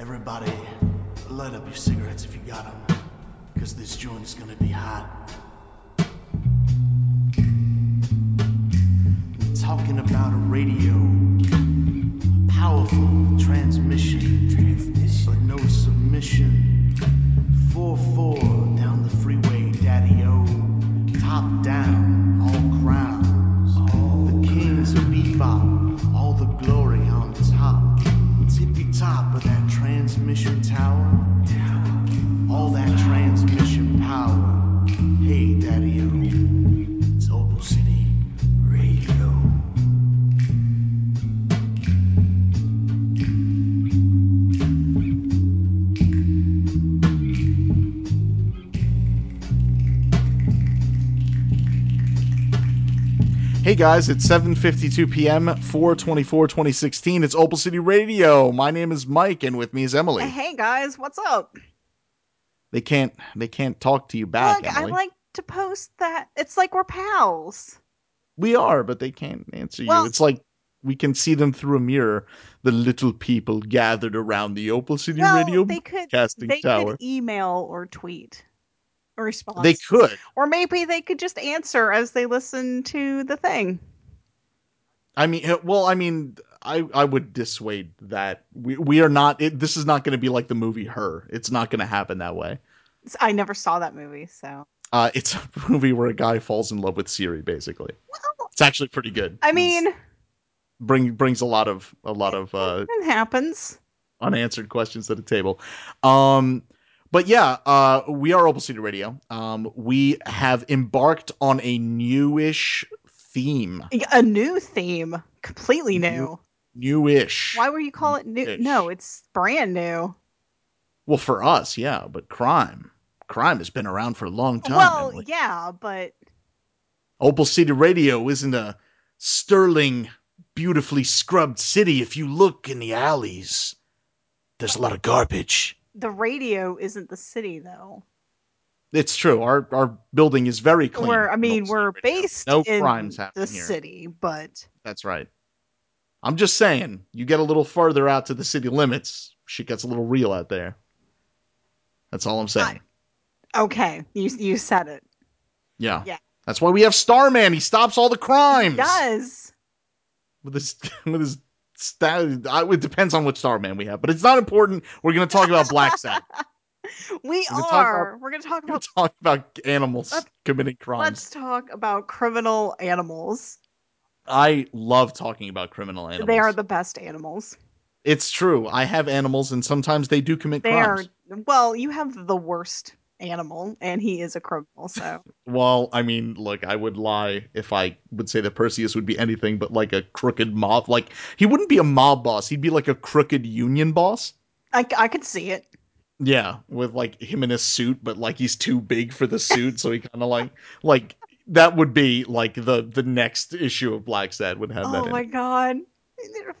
Everybody, light up your cigarettes if you got them, because this joint is gonna be hot. I'm talking about a radio, a powerful transmission, but no submission. 4-4 down the freeway, daddy-o, top down, all crowds. the kings of bebop, all the glory on top. Tippy top of that transmission tower. All that transmission power. Hey, Daddy O. It's Opal City Radio. Hey guys, it's 7:52 p.m. 4/24/2016. It's Opal City Radio. My name is Mike and with me is Emily. Uh, Hey guys, what's up? They can't they can't talk to you back, Look, Ah, Emily. I like to post that. It's like we're pals. we are, but they can't answer you. Well- It's like we can see them through a mirror. The little people gathered around the Opal City well, Radio they could casting they tower. could email or tweet a response. they could. or maybe they could just answer as they listen to the thing. I mean, uh, well, I mean, I I would dissuade that. We we are not. It, this is not going to be like the movie Her. It's not going to happen that way. It's- I never saw that movie, so Uh, it's a movie where a guy falls in love with Siri. Basically, well, it's actually pretty good. I It's- mean, bring brings a lot of a lot of uh, it happens. unanswered questions to the table. Um, but yeah, uh, we are Opal City Radio. Um, we have embarked on a newish theme. A new theme, completely new. New- Newish. Why were you call it new? Ish. No, it's brand new. Well, for us, yeah, but crime. Crime has been around for a long time. well, Emily. yeah, but Opal City Radio isn't a sterling, beautifully scrubbed city. If you look in the alleys, there's a lot of garbage. the radio isn't the city though. It's true. Our our building is very clean. We're I mean, Opal City we're Radio. based No in crimes happening the here. city, but That's right. I'm just saying, you get a little further out to the city limits, shit gets a little real out there. That's all I'm saying. okay, you you said it. yeah. yeah. That's why we have Starman. He stops all the crimes. Does With his with his sta- I, it depends on which Starman we have, but it's not important. We're going to talk about Black Sabbath. we We're gonna talk are? we're gonna talk We're going about. to talk about animals Let's- committing Let's crimes. talk about criminal animals. I love talking about criminal animals. They are the best animals. It's true. I have animals and sometimes they do commit They crimes. are well. You have the worst animal, and he is a criminal. So Well, I mean, look, I would lie if I would say that Perseus would be anything but like a crooked mob. Like he wouldn't be a mob boss; he'd be like a crooked union boss. I, I could see it. Yeah, with like him in a suit, but like he's too big for the suit, so he kind of like like that would be like the the next issue of Black Sad would have that. Oh in my it. god.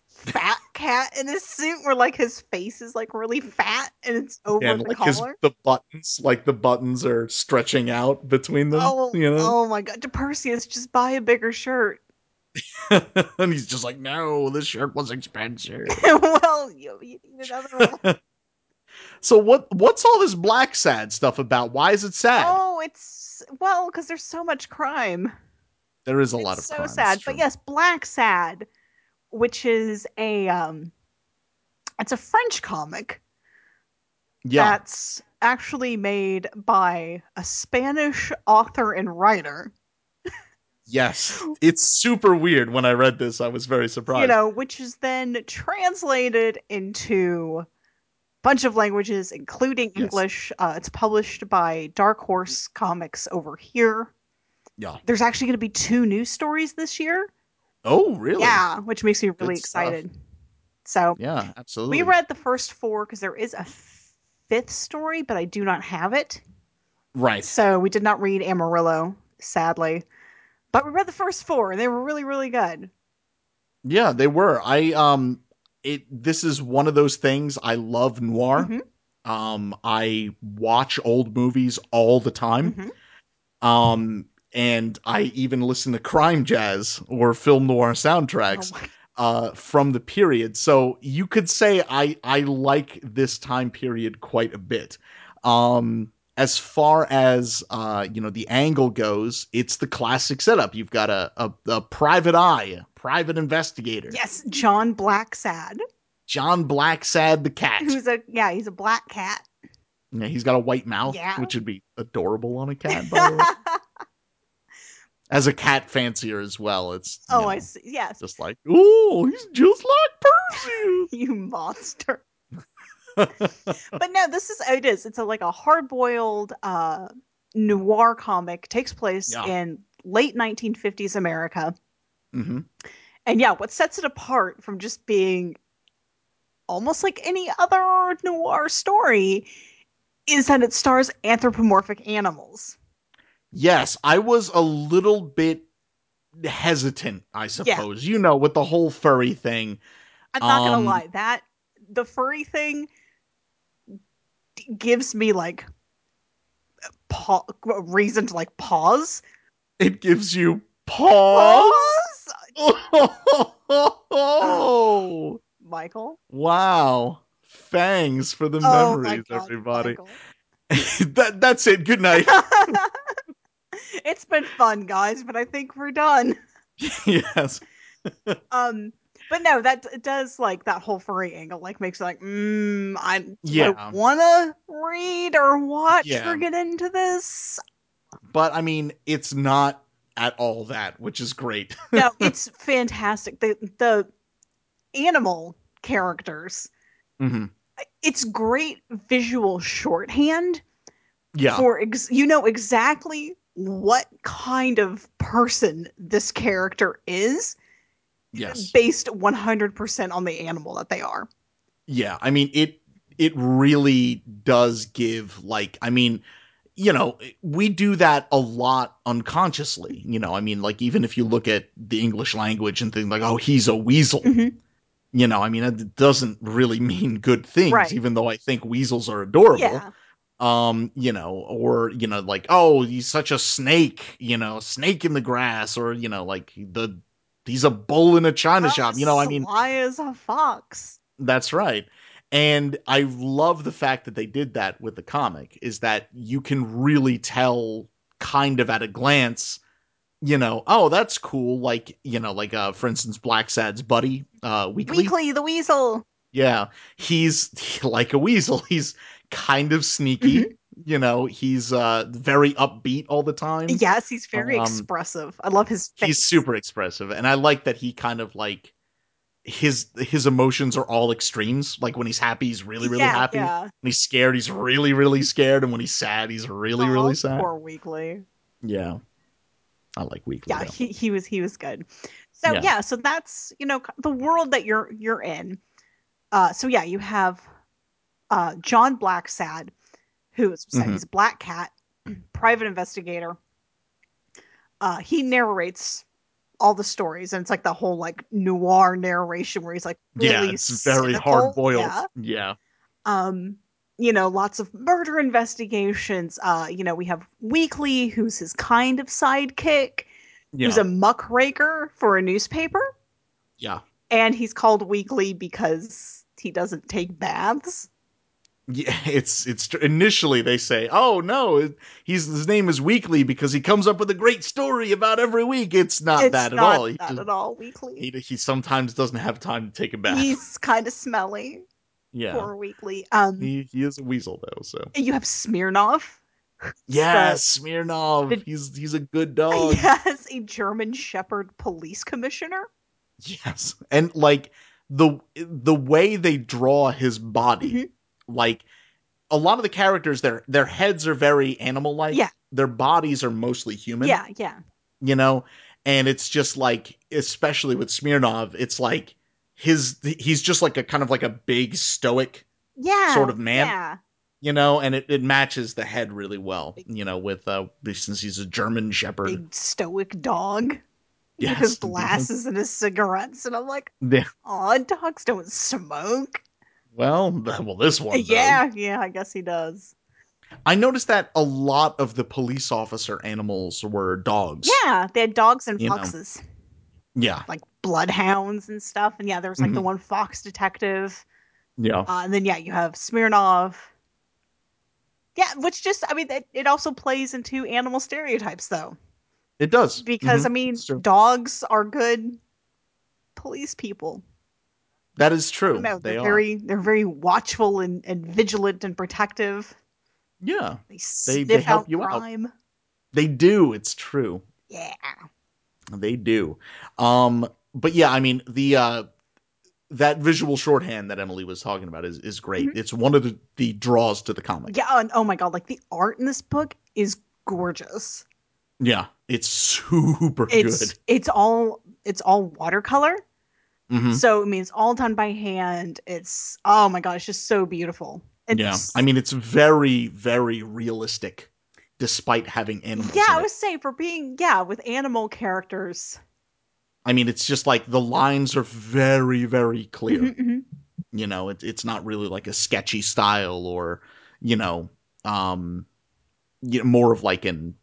Fat cat in his suit where like his face is like really fat and it's over And the like his collar. the buttons, like the buttons are stretching out between them, Oh, you know. oh my god. To Perseus, just buy a bigger shirt. oh. and he's just like, "No, this shirt was expensive." well, you, you need another one. So what what's all this black sad stuff about? Why is it sad? Oh, it's well, because there's so much crime. there is a it's lot of so crimes, sad. it's But true. yes, Black Sad, which is a um it's a French comic yeah, that's actually made by a Spanish author and writer. yes, it's super weird. When I read this, I was very surprised. you know, which is then translated into a bunch of languages, including Yes. English. Uh, it's published by Dark Horse Comics over here. yeah. There's actually going to be two news stories this year. Oh, really? Yeah, which makes me really Good stuff. excited. So Yeah, absolutely. we read the first four because there is a f- fifth story, but I do not have it. right. So we did not read Amarillo, sadly. But we read the first four, and they were really, really good. Yeah, they were. I um, it. This is one of those things. I love noir. Mhm. Um, I watch old movies all the time. Mhm. Um, and I even listen to crime jazz or film noir soundtracks. Oh my uh, from the period. So you could say I I like this time period quite a bit. Um, as far as uh, you know, the angle goes, it's the classic setup. You've got a a, a private eye, a private investigator, Yes, John Blacksad, John Blacksad the cat. who's a yeah, he's a black cat. Yeah, he's got a white mouth, Yeah. which would be adorable on a cat. By the way. As a cat fancier as well, it's you oh, know, I see. Yes, just like oh, he's just like Perseus. you monster. but no, this is it is. It's a, like a hard boiled uh, noir comic. Takes place Yeah. in late 1950s America, hmm and yeah, what sets it apart from just being almost like any other noir story is that it stars anthropomorphic animals. Yes, I was a little bit hesitant, I suppose. You know, with the whole furry thing. I'm not Um, gonna lie, that the furry thing d- gives me like pa- a reason to like pause. It gives you pause. Oh, Michael. wow. Fangs for the Oh my memories, God, everybody. Michael. that, that's it. Good night. it's been fun, guys, but I think we're done. yes. Um, but no, that d- does like that whole furry angle, like makes it like, mm, I do Yeah. I wanna read or watch Yeah. or get into this. But I mean, it's not at all that, which is great. no, it's fantastic. The the animal characters. hmm It's great visual shorthand Yeah. for ex- you know exactly what kind of person this character is yes. based 100% on the animal that they are. yeah i mean it it really does give like i mean you know we do that a lot unconsciously you know i mean like even if you look at the english language and think like oh he's a weasel Mhm. you know i mean it doesn't really mean good things Right. even though i think weasels are adorable Yeah. um you know or you know like oh he's such a snake you know snake in the grass or you know like the he's a bull in a china Oh, shop you know i mean Why is a fox? that's right. And I love the fact that they did that with the comic is that you can really tell kind of at a glance, you know, oh, that's cool. Like, you know, like, uh, for instance, Black Sad's buddy, uh, Weekly. Weekly the weasel. Yeah. He's like a weasel. He's kind of sneaky. Mm-hmm. You know, he's, uh, very upbeat all the time Yes, he's very Um, expressive. I love his face. he's super expressive and i like that he kind of like his his emotions are all extremes like when he's happy he's really really Yeah, happy Yeah. when he's scared he's really really scared and when he's sad he's really Aw, really sad Uh-huh. Poor Weekly. yeah i like weekly yeah though. he, he was he was good so Yeah. yeah. so that's you know the world that you're you're in uh so yeah you have uh john blacksad who is Mhm. he's a black cat private investigator uh he narrates all the stories and it's like the whole like noir narration where he's like really yeah it's very cynical. hard boiled Yeah. yeah. um you know lots of murder investigations uh you know we have weekly who's his kind of sidekick yeah who's a muckraker for a newspaper yeah and he's called Weekly because he doesn't take baths. yeah it's it's tr- initially they say oh no it, he's his name is weekly because he comes up with a great story about every week it's not it's that not at all He that just- at all. Weekly. he, he sometimes doesn't have time to take a bath He's kind of smelly. yeah Poor Weekly. Um, He he is a weasel though, so you have Smirnov. yes, Smirnov. the- he's he's a good dog. Yes, a German Shepherd police commissioner. Yes, and like the the way they draw his body, Mhm. like a lot of the characters, their their heads are very animal like. Yeah. their bodies are mostly human. Yeah, yeah. you know, and it's just like, especially with Smirnov, it's like his he's just like a kind of like a big stoic Yeah. Sort of man. Yeah. you know and it, it matches the head really well you know with uh since he's a german shepherd Big stoic dog. Yes. With his glasses and his cigarettes. And I'm like, Yeah. aw, dogs don't smoke. Well, th- well, this one. though. Yeah, yeah, I guess he does. I noticed that a lot of the police officer animals were dogs. Yeah, they had dogs and You know. foxes. Yeah. like bloodhounds and stuff. And yeah, there was like Mm-hmm. the one fox detective. Yeah. Uh, and then yeah, you have Smirnov. Yeah, which just I mean it, it also plays into animal stereotypes though. It does. Because Mhm. I mean It's true. dogs are good police people. that is You true. know, they they're are. very they're very watchful and, and vigilant and protective. yeah. They They- sniff they help out you out. crime. They do. It's true. Yeah. They do. Um but yeah, I mean the uh that visual shorthand that Emily was talking about is is great. It's one of the, the draws to the comic. Mm-hmm. Yeah, and oh my god, like the art in this book is gorgeous. Yeah. It's super It's it's all it's all watercolor. good. Mhm. So I mean it's all done by hand. It's oh my god, it's just so beautiful. It's, Yeah. I mean it's very very realistic despite having animals. Yeah, in I it. was saying for being yeah, with animal characters. I mean it's just like the lines are very very clear. Mhm, mhm. you know it, it's not really like a sketchy style or you know um you know, more of like an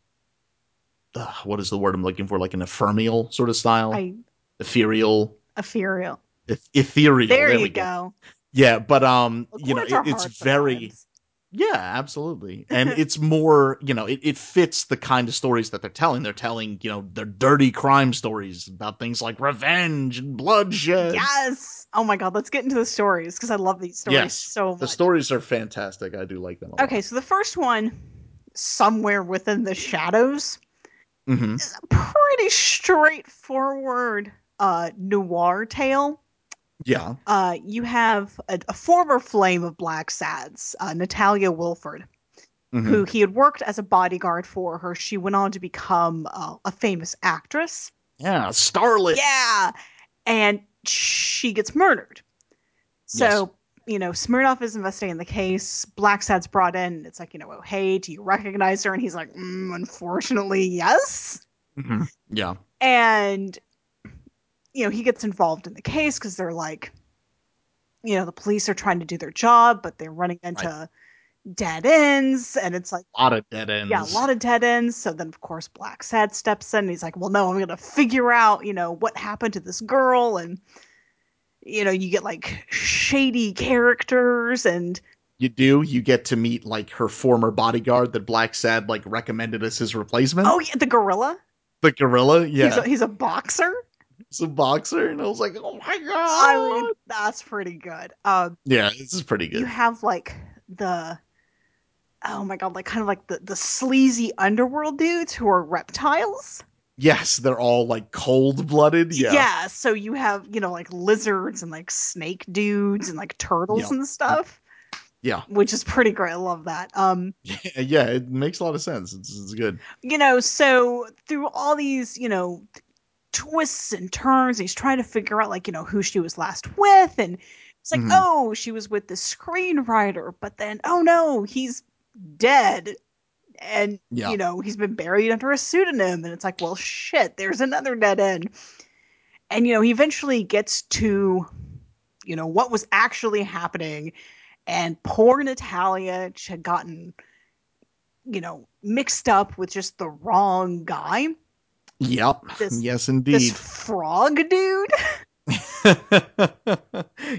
uh, what is the word i'm looking for like an ephemeral sort of style I ethereal ethereal. eth- ethereal There, you we go. yeah but um Well, you know chords it- are it's hard very sometimes. yeah absolutely and it's more you know it, it fits the kind of stories that they're telling they're telling you know they're dirty crime stories about things like revenge and bloodshed Yes. Oh my god, let's get into the stories because I love these stories Yes, so much. the stories are fantastic i do like them a lot. okay, so the first one, somewhere within the shadows, hmm is a pretty straightforward uh, noir tale. yeah Uh, you have a, a former flame of Black Sads, uh, Natalia Wilford, Mhm. who he had worked as a bodyguard for her. She went on to become uh, a famous actress. Yeah, Starlit. Yeah. And she gets murdered. So, Yes. you know, Smirnoff is investigating the case. Blacksad's brought in. It's like, you know, oh, hey, do you recognize her? And he's like, mm, unfortunately, yes. Mhm. Yeah. And, you know, he gets involved in the case because they're like, you know, the police are trying to do their job, but they're running into dead ends. And it's like, A lot of dead ends. yeah, a lot of dead ends. So then, of course, Black Sad steps in. And he's like, "Well, no, I'm gonna figure out, you know, what happened to this girl." And you know, you get like shady characters, and you do. You get to meet like her former bodyguard that Black Sad like recommended as his replacement. oh, yeah, the gorilla. the gorilla. he's Yeah, a, he's a boxer. it's a boxer, and I was like, oh my god. I mean, that's pretty good. Um, yeah, this is pretty good. you have like the. Oh my god! Like kind of like the, the sleazy underworld dudes who are reptiles. yes, they're all like cold blooded. Yeah. yeah. So you have you know like lizards and like snake dudes and like turtles Yeah. and stuff. Yeah. which is pretty great. I love that. Um, yeah, yeah, It makes a lot of sense. It's, it's good. you know, so through all these, you know, twists and turns, he's trying to figure out like, you know, who she was last with, and it's like, Mhm. oh, she was with the screenwriter, but then, oh no, he's dead. And Yeah. you know he's been buried under a pseudonym, and it's like, well, shit. There's another dead end, and you know he eventually gets to, you know, what was actually happening, and poor Natalia she had gotten, you know, mixed up with just the wrong guy, Yep. This- yes, this indeed. frog dude,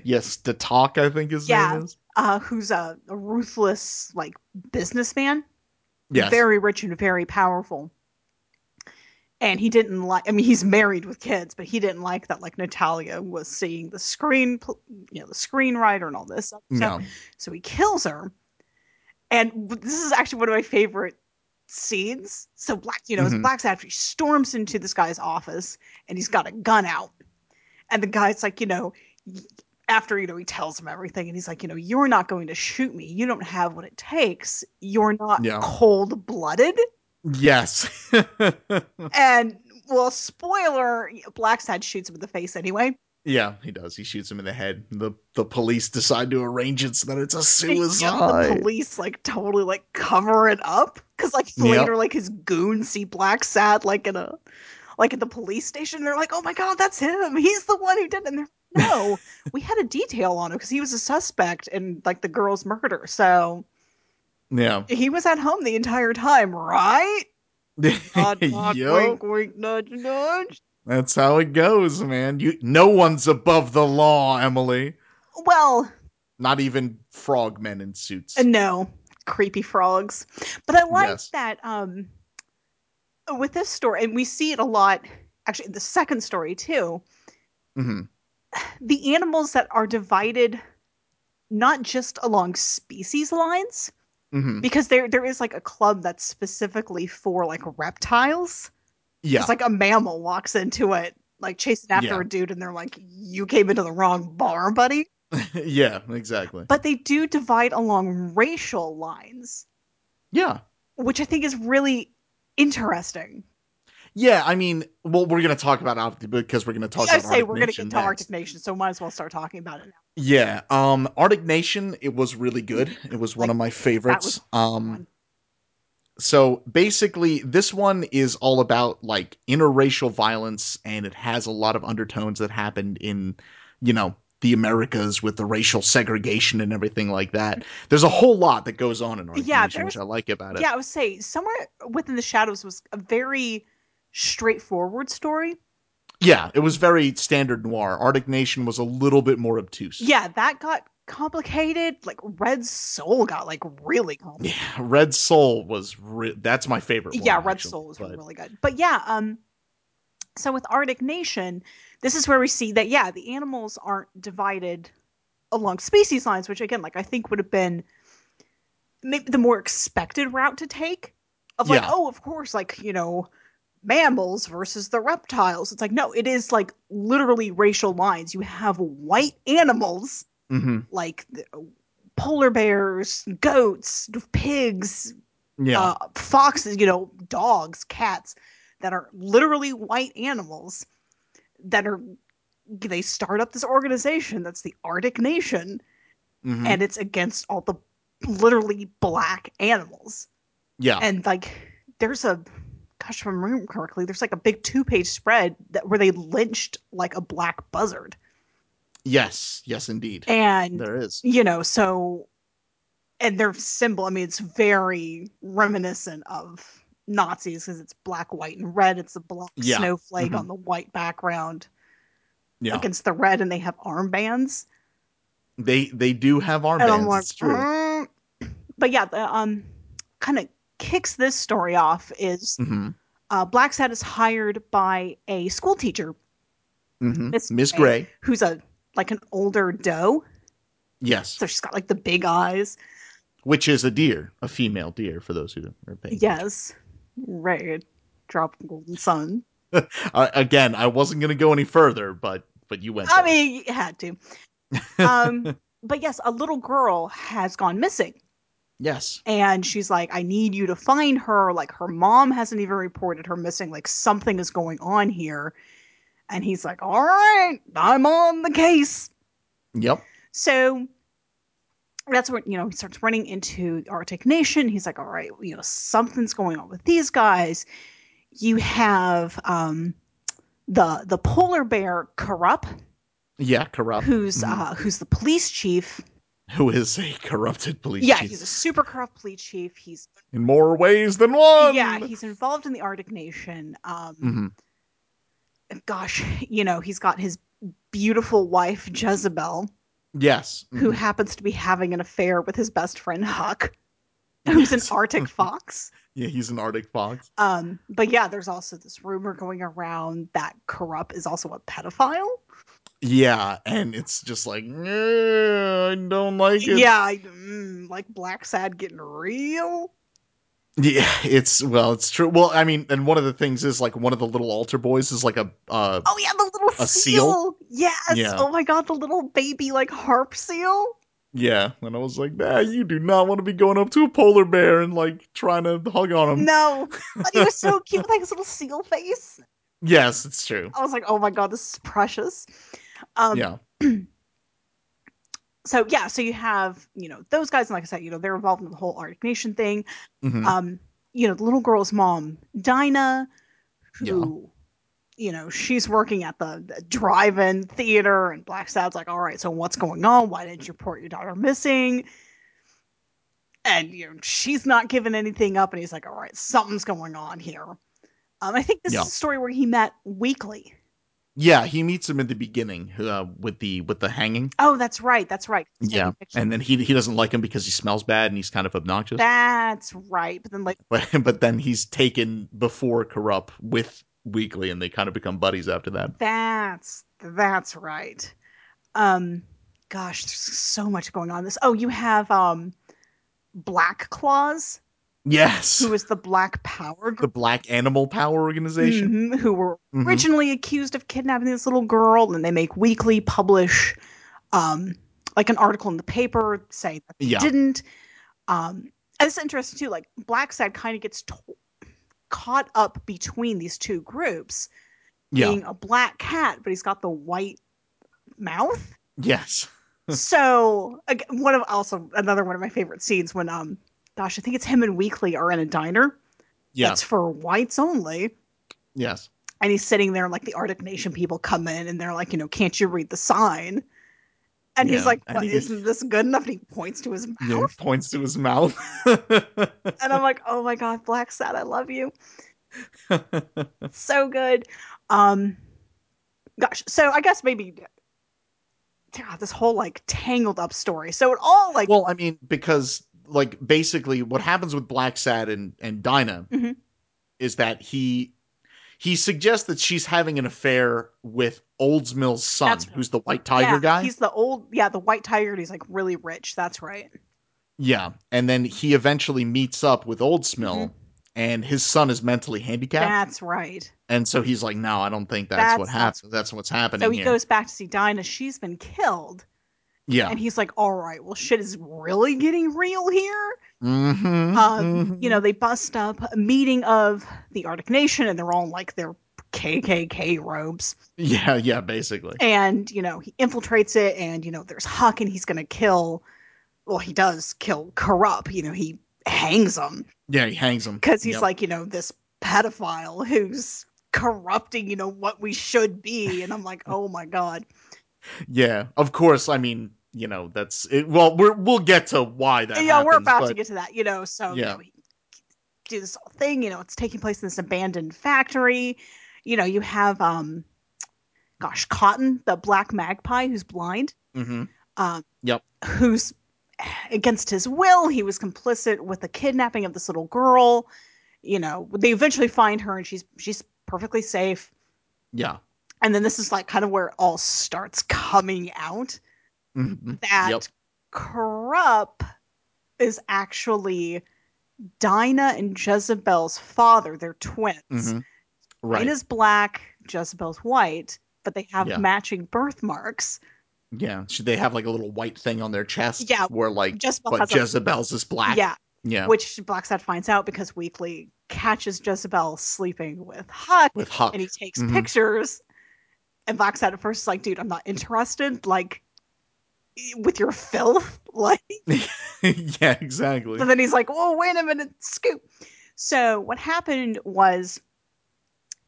yes, the talk. I think his Yeah. name is. uh, who's a, a ruthless like businessman, Yes. very rich and very powerful. And he didn't like. I mean, he's married with kids, but he didn't like that. Like Natalia was seeing the screen, pl- you know, the screenwriter and all this. stuff. So no. So he kills her. And w- this is actually one of my favorite scenes. So Black, you know, Mhm. it's Black's after he storms into this guy's office and he's got a gun out. And the guy's like, you know, y- after, you know, he tells him everything and he's like, you know, you're not going to shoot me. You don't have what it takes. You're not Yeah. cold blooded. Yes. And well, spoiler, Blacksad shoots him in the face anyway. Yeah, he does. He shoots him in the head. The the police decide to arrange it so that it's a Yeah, The suicide. police like totally like cover it up because like Yep. later like his goons see Black Sad like in a like at the police station. They're like, oh my god, that's him. He's the one who did. it. And they're like, no, we had a detail on him because he was a suspect in like the girl's murder. So Yeah. he was at home the entire time, right? Nod, nod, Yup. wink, wink, nudge, nudge. That's how it goes, man. You no one's above the law, Emily. Well, Not even frogmen in suits. uh, no, creepy frogs. But I like Yes. that um, with this story, and we see it a lot, actually, in the second story too. hmm The animals that are divided not just along species lines, hmm because there there is like a club that's specifically for like reptiles. Yeah. It's like a mammal walks into it, like chasing after Yeah. a dude, and they're like, "You came into the wrong bar, buddy." yeah. Exactly. But they do divide along racial lines, Yeah. which I think is really interesting. Yeah. I mean, well, we're gonna talk about Arctic because we're gonna talk I about say Arctic we're going to Nation get to next. Arctic Nation, so might as well start talking about it now. Yeah. Um Arctic Nation, it was really good. It was one Like, of my favorites. was Um so basically this one is all about like interracial violence and it has a lot of undertones that happened in, you know, the Americas with the racial segregation and everything like that. There's a whole lot that goes on in Arctic Yeah, Nation, which I there's- like about it. Yeah, I would say somewhere within the shadows was a very straightforward story. Yeah, it was very standard noir. Arctic Nation was a little bit more obtuse. Yeah, that got complicated. Like Red Soul got like really complicated. Yeah, Red Soul was re- that's my favorite one. yeah, Red actually, Soul was but- really good. But yeah, um so with Arctic Nation, this is where we see that yeah, the animals aren't divided along species lines, which again, like I think would have been maybe the more expected route to take of like, Yeah. oh, of course, like, you know, mammals versus the reptiles. It's like, no, it is like literally racial lines. You have white animals Mhm. like the polar bears, goats, pigs, Yeah. uh, foxes, you know, dogs, cats that are literally white animals that are they start up this organization that's the Arctic Nation Mhm. and it's against all the literally black animals. yeah. And like there's a gosh if I remember correctly, there's like a big two page spread that where they lynched like a black buzzard. Yes, yes, indeed. And there is. you know, so and their symbol, I mean, it's very reminiscent of Nazis because it's black, white, and red. It's a black Yeah. snowflake Mhm. on the white background Yeah, against the red, and they have armbands. they they do have And I'm armbands. like, it's true. "Mm." but yeah, the um, kind of kicks this story off is hmm uh, Black Sad is hired by a school teacher hmm Miss Mm-hmm. Miss Gray. Gray. who's a like an older doe, Yes, so she's got like the big eyes. which is a deer, a female deer, for those who don't are paying. Yes, right. Drop the golden sun. Uh, again, I wasn't going to go any further, but but you went. I there. mean, you had to. Um, but yes, a little girl has gone missing, yes, and she's like, "I need you to find her." Like her mom hasn't even reported her missing. Like something is going on here, and he's like, "All right, I'm on the case." yep, So that's when you know he starts running into the Arctic Nation. He's like, "All right, you know something's going on with these guys." You have um, the the polar bear Corrupt, yeah, corrupt. who's Mhm. uh, who's the police chief. Who is a corrupted police yeah, chief he's a super corrupt police chief. He's in more ways than one. yeah, he's involved in the Arctic Nation. Um, hmm Gosh, you know, he's got his beautiful wife Jezebel, Yes, who Mhm. happens to be having an affair with his best friend Huck, who's Yes. an Arctic fox. yeah, he's an Arctic fox. Um, but yeah, there's also this rumor going around that Corrupt is also a pedophile. Yeah, and it's just like "Eh, I don't like it. Yeah, I, mm, like Black Sad getting real. Yeah, it's well, it's true. Well, I mean, and one of the things is like one of the little altar boys is like a uh Oh yeah, the little A seal? Yes. Yeah. Oh my god, the little baby like harp seal. yeah, and I was like, "Nah, you do not want to be going up to a polar bear and like trying to hug on him." No, but he was so cute with like his little seal face. Yes, it's true. I was like, oh my god, this is precious. Um, yeah. So yeah, so you have you know those guys, and like I said, you know they're involved in the whole Arctic Nation thing. Mhm. Um, you know the little girl's mom, Dinah, who, you know, she's working at the, the drive-in theater, and Black Sad's like, all right, so what's going on? Why didn't you report your daughter missing? And you know she's not giving anything up, and he's like, all right, something's going on here. Um, I think this Yeah. is a story where he met Weekly. Yeah, he meets him in the beginning uh, with the with the hanging. Oh, that's right. That's right. It's Yeah, taking pictures. and then he he doesn't like him because he smells bad and he's kind of obnoxious. that's right. But then, like, But but then he's taken before Corrupt with Weekly, and they kind of become buddies after that. that's that's right. Um, gosh, there's so much going on. in This. Oh, you have um, Black Claws, Yes, who is the Black Power the group, Black Animal Power Organization. mhm, who were Mhm. originally accused of kidnapping this little girl, and they make Weekly publish, um, like an article in the paper saying that they Yeah. didn't. Um, and it's interesting too. Like Black Sad kind of gets to- caught up between these two groups, Yeah. being a black cat, but he's got the white mouth. yes. so ag- one of also another one of my favorite scenes when um, gosh, I think it's him and Weekly are in a diner. Yeah. That's for whites only. yes. and he's sitting there and like the arctic nation people come in and they're like you know can't you read the sign and Yeah, he's like and "What, he- isn't this good enough and he points to his mouth Yeah. he Points to his mouth. and i'm like oh my god black sad i love you so good um gosh so i guess maybe God, this whole like tangled up story so it all like well, I mean, because like basically what happens with Black Sad and and Dinah Mhm. is that he he suggests that she's having an affair with Oldsmill's son, That's right. who's the white tiger yeah, guy. he's the old yeah the white tiger and he's like really rich that's right Yeah, and then he eventually meets up with Oldsmill, and his son is mentally handicapped, Mm-hmm. that's right and so he's like, "No, I don't think that's, That's what not- happened. That's what's happening." so he here. goes back to see dinah she's been killed "Yeah, and he's like all right well shit is really getting real here Mhm, um, mhm. you know, they bust up a meeting of the Arctic Nation and they're all in like their KKK robes. yeah, yeah, basically, And, you know, he infiltrates it and, you know, there's Huck and he's going to kill, well, he does kill Corrupt. You know, he hangs him yeah, he hangs him because he's Yep. like, you know, this pedophile who's corrupting, you know, what we should be. And I'm like, oh my God. yeah, of course. I mean, you know, that's it, well, we're, we'll get to why that. yeah, we're happens, about to but- get to that, you know. So you Yeah. know, he- do this whole thing, you know, it's taking place in this abandoned factory. You know, you have um gosh, Cotton, the black magpie who's blind, Mhm. um Yep. who's against his will, he was complicit with the kidnapping of this little girl. You know, they eventually find her and she's she's perfectly safe. Yeah. And then this is like kind of where it all starts coming out Mhm. that Yep. Krupp is actually Dinah and Jezebel's father. They're twins. Mhm. Right. Dinah's black, Jezebel's white, but they have Yeah. matching birthmarks. yeah. Should they have like a little white thing on their chest? Yeah, Where like, Jezebel but has Jezebel's is a, black. yeah, Yeah. which Blacksad finds out because Weekly catches Jezebel sleeping with Huck, With Huck. and he takes Mhm. pictures. And Blacksad at first is like, "Dude, I'm not interested. Like, with your filth, like." yeah, exactly. So then he's like, "Oh, wait a minute, scoop." So what happened was,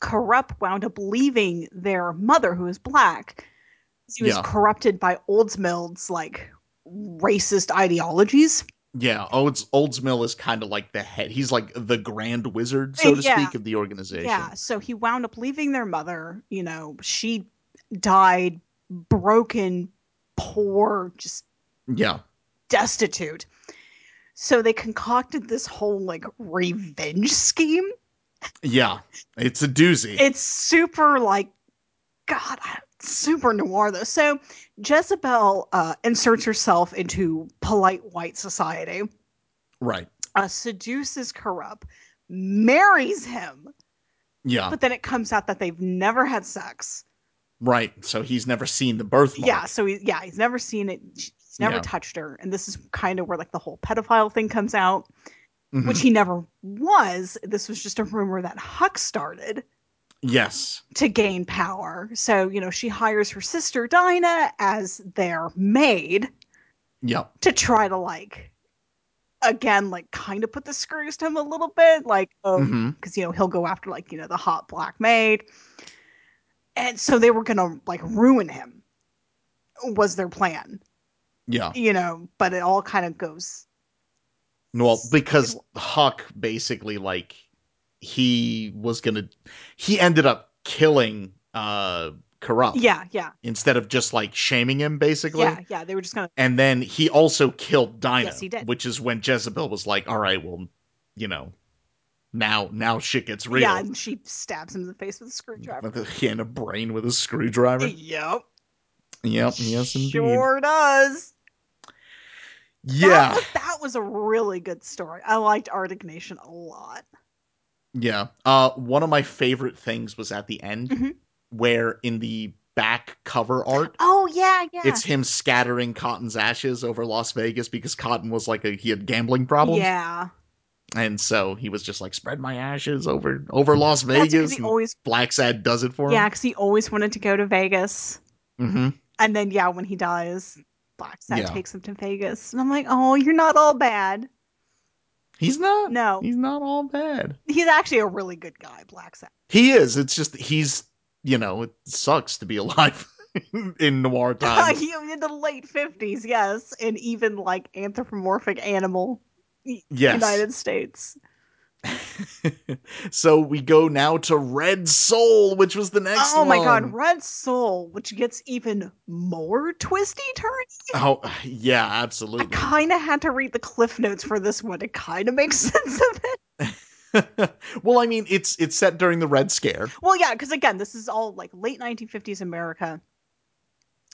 corrupt wound up leaving their mother, who is black. She was Yeah. corrupted by Oldsmild's like racist ideologies. Yeah, Olds Oldsmill is kind of like the head. He's like the grand wizard, so to Yeah. speak, of the organization. Yeah. So he wound up leaving their mother. You know, she died broken, poor, just Yeah. destitute. So they concocted this whole like revenge scheme. Yeah. It's a doozy. it's super like god I- super noir though so jezebel uh, inserts herself into polite white society right. uh, seduces corrupt marries him Yeah. but then it comes out that they've never had sex right. So he's never seen the birthmark. yeah so he, yeah he's never seen it he's never Yeah. touched her and this is kind of where like the whole pedophile thing comes out Mhm. which he never was this was just a rumor that huck started yes. to gain power. So, you know, she hires her sister Dinah as their maid Yeah. to try to like again like kind of put the screws to him a little bit like oh hmm cuz you know he'll go after like you know the hot black maid. And so they were going to like ruin him was their plan. Yeah. You know, but it all kind of goes Well, because Huck basically like he was gonna he ended up killing uh corrupt Yeah, yeah, instead of just like shaming him basically yeah, yeah. They were just kind and then he also killed Dinah, Yes, he did. which is when Jezebel was like, "All right, well, you know, now now shit gets of real." yeah, and she stabs him in the face with a screwdriver. With a- yeah, and a brain with a screwdriver. Yep. Yep, yes, indeed. Sure does. That Yeah, was- that was a really good story. I liked Arctic Nation a lot. yeah. Uh, one of my favorite things was at the end, Mhm. where in the back cover art, Oh yeah, yeah. it's him scattering Cotton's ashes over Las Vegas because Cotton was like a he had gambling problems, yeah. and so he was just like, "Spread my ashes over over Las That's because Vegas." he and always Black Sad does it for yeah, him. because he always wanted to go to Vegas, Mm-hmm. and then yeah, when he dies, Black Sat Yeah. takes him to Vegas, and I'm like, oh, you're not all bad. He's not. No. He's not all bad. He's actually a really good guy, Black Sat. He is. It's just he's. You know, it sucks to be alive in noir times. Oh, He- in the late fifties, yes, and even like anthropomorphic animal Yes. United States. so we go now to Red Soul, which was the next oh my one. god, Red Soul, which gets even more twisty turny. Oh yeah, I absolutely. kind of had to read the cliff notes for this one. It kind of makes sense of it. well, I mean, it's it's set during the Red Scare. Well, yeah, because again, this is all like late 1950s America.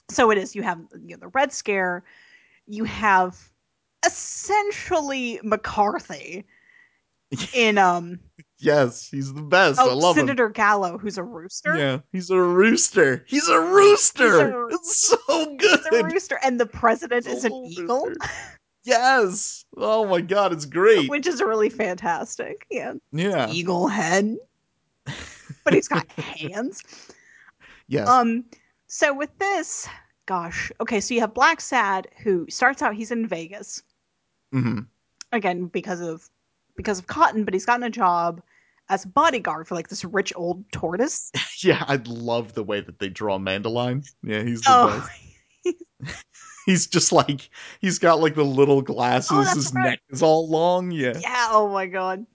So it is. You have you know, the Red Scare. You have essentially McCarthy in um Yes, he's the best. I oh love him. Senator Gallo, who's a rooster. Yeah, he's a rooster. He's a rooster. roo- it's so good. Oh, He's a rooster, and the president is an Little eagle, rooster. Yes. Oh my god, it's great. which is really fantastic. Yeah, yeah. eagle head, but he's got hands. Yes. Um, so with this, gosh, okay, so you have Black Sad, who starts out he's in Vegas hmm again because of because of Cotton, but he's gotten a job as a bodyguard for like this rich old tortoise. Yeah, I love the way that they draw Mandeline. Yeah, he's the Oh, best. He's just like he's got like the little glasses. Oh, that's His right. neck is all long. Yeah. yeah, oh my god.